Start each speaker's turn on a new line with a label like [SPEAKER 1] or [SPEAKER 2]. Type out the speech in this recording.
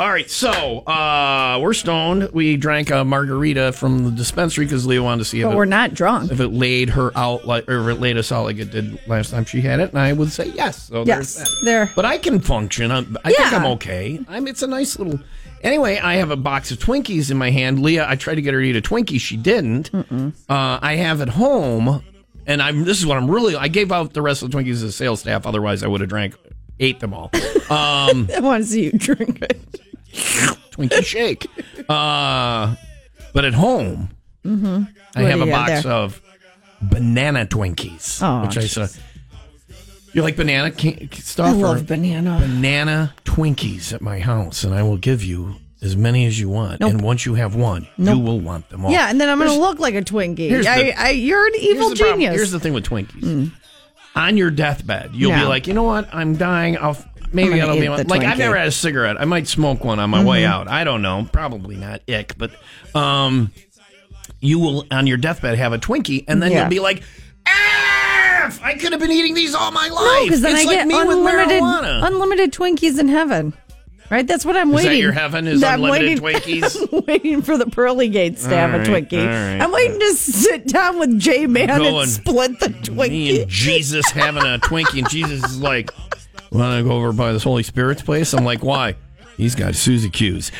[SPEAKER 1] All right, so uh, we're stoned. We drank a margarita from the dispensary because Leah wanted to see if
[SPEAKER 2] But we're
[SPEAKER 1] it,
[SPEAKER 2] not drunk.
[SPEAKER 1] if it laid her out like or if it laid us out like it did last time she had it, and I would say yes. So there's
[SPEAKER 2] Yes,
[SPEAKER 1] that.
[SPEAKER 2] there.
[SPEAKER 1] But I can function. I'm, I think
[SPEAKER 2] Yeah.
[SPEAKER 1] I'm okay. I'm. It's a nice little. Anyway, I have a box of Twinkies in my hand. Leah, I tried to get her to eat a Twinkie. She didn't. Uh, I have at home, and I'm. This is what I'm really. I gave out the rest of the Twinkies to the sales staff. Otherwise, I would have drank, ate them all.
[SPEAKER 2] I want to see you drink it.
[SPEAKER 1] Twinkie shake. Uh, but at home, I
[SPEAKER 2] Mm-hmm. What
[SPEAKER 1] have
[SPEAKER 2] do
[SPEAKER 1] a
[SPEAKER 2] you have
[SPEAKER 1] box
[SPEAKER 2] there?
[SPEAKER 1] of banana Twinkies,
[SPEAKER 2] Oh,
[SPEAKER 1] which I saw. You like banana ca-
[SPEAKER 2] I
[SPEAKER 1] stuff? or
[SPEAKER 2] love banana.
[SPEAKER 1] banana Twinkies at my house, and I will give you as many as you want.
[SPEAKER 2] Nope.
[SPEAKER 1] And once you have one, you will want them all.
[SPEAKER 2] Yeah, and then I'm going to look like a Twinkie.
[SPEAKER 1] here's the-
[SPEAKER 2] I, I, you're an evil
[SPEAKER 1] the problem-
[SPEAKER 2] genius. Mm.
[SPEAKER 1] Here's the thing with Twinkies. On your deathbed, you'll be
[SPEAKER 2] Yeah.
[SPEAKER 1] like, you know what? I'm dying. I'll f- maybe
[SPEAKER 2] I'm
[SPEAKER 1] I
[SPEAKER 2] gonna
[SPEAKER 1] will be
[SPEAKER 2] eat the
[SPEAKER 1] like I've
[SPEAKER 2] Twinkie." Mm-hmm.
[SPEAKER 1] never had a cigarette. I might smoke one on my way out. I don't know. Probably not ick, but um, you will on your deathbed have a Twinkie, and then
[SPEAKER 2] Yeah.
[SPEAKER 1] you'll be like. "F! I could have been eating these all my life.
[SPEAKER 2] no, because then
[SPEAKER 1] it's
[SPEAKER 2] I
[SPEAKER 1] like
[SPEAKER 2] get
[SPEAKER 1] me
[SPEAKER 2] unlimited,
[SPEAKER 1] with marijuana.
[SPEAKER 2] unlimited Twinkies in heaven. Right? That's what I'm
[SPEAKER 1] Is
[SPEAKER 2] waiting.
[SPEAKER 1] that your heaven? Is
[SPEAKER 2] I'm
[SPEAKER 1] unlimited
[SPEAKER 2] waiting-
[SPEAKER 1] Twinkies?
[SPEAKER 2] I'm waiting for the pearly gates to have
[SPEAKER 1] right,
[SPEAKER 2] a Twinkie.
[SPEAKER 1] all right.
[SPEAKER 2] I'm waiting to sit down with J Man
[SPEAKER 1] Going-
[SPEAKER 2] and split the
[SPEAKER 1] me and
[SPEAKER 2] Twinkie.
[SPEAKER 1] Jesus having a Twinkie, and Jesus is like, "Want to go over by this Holy Spirit's place?" I'm like, "Why?" He's got Susie Q's.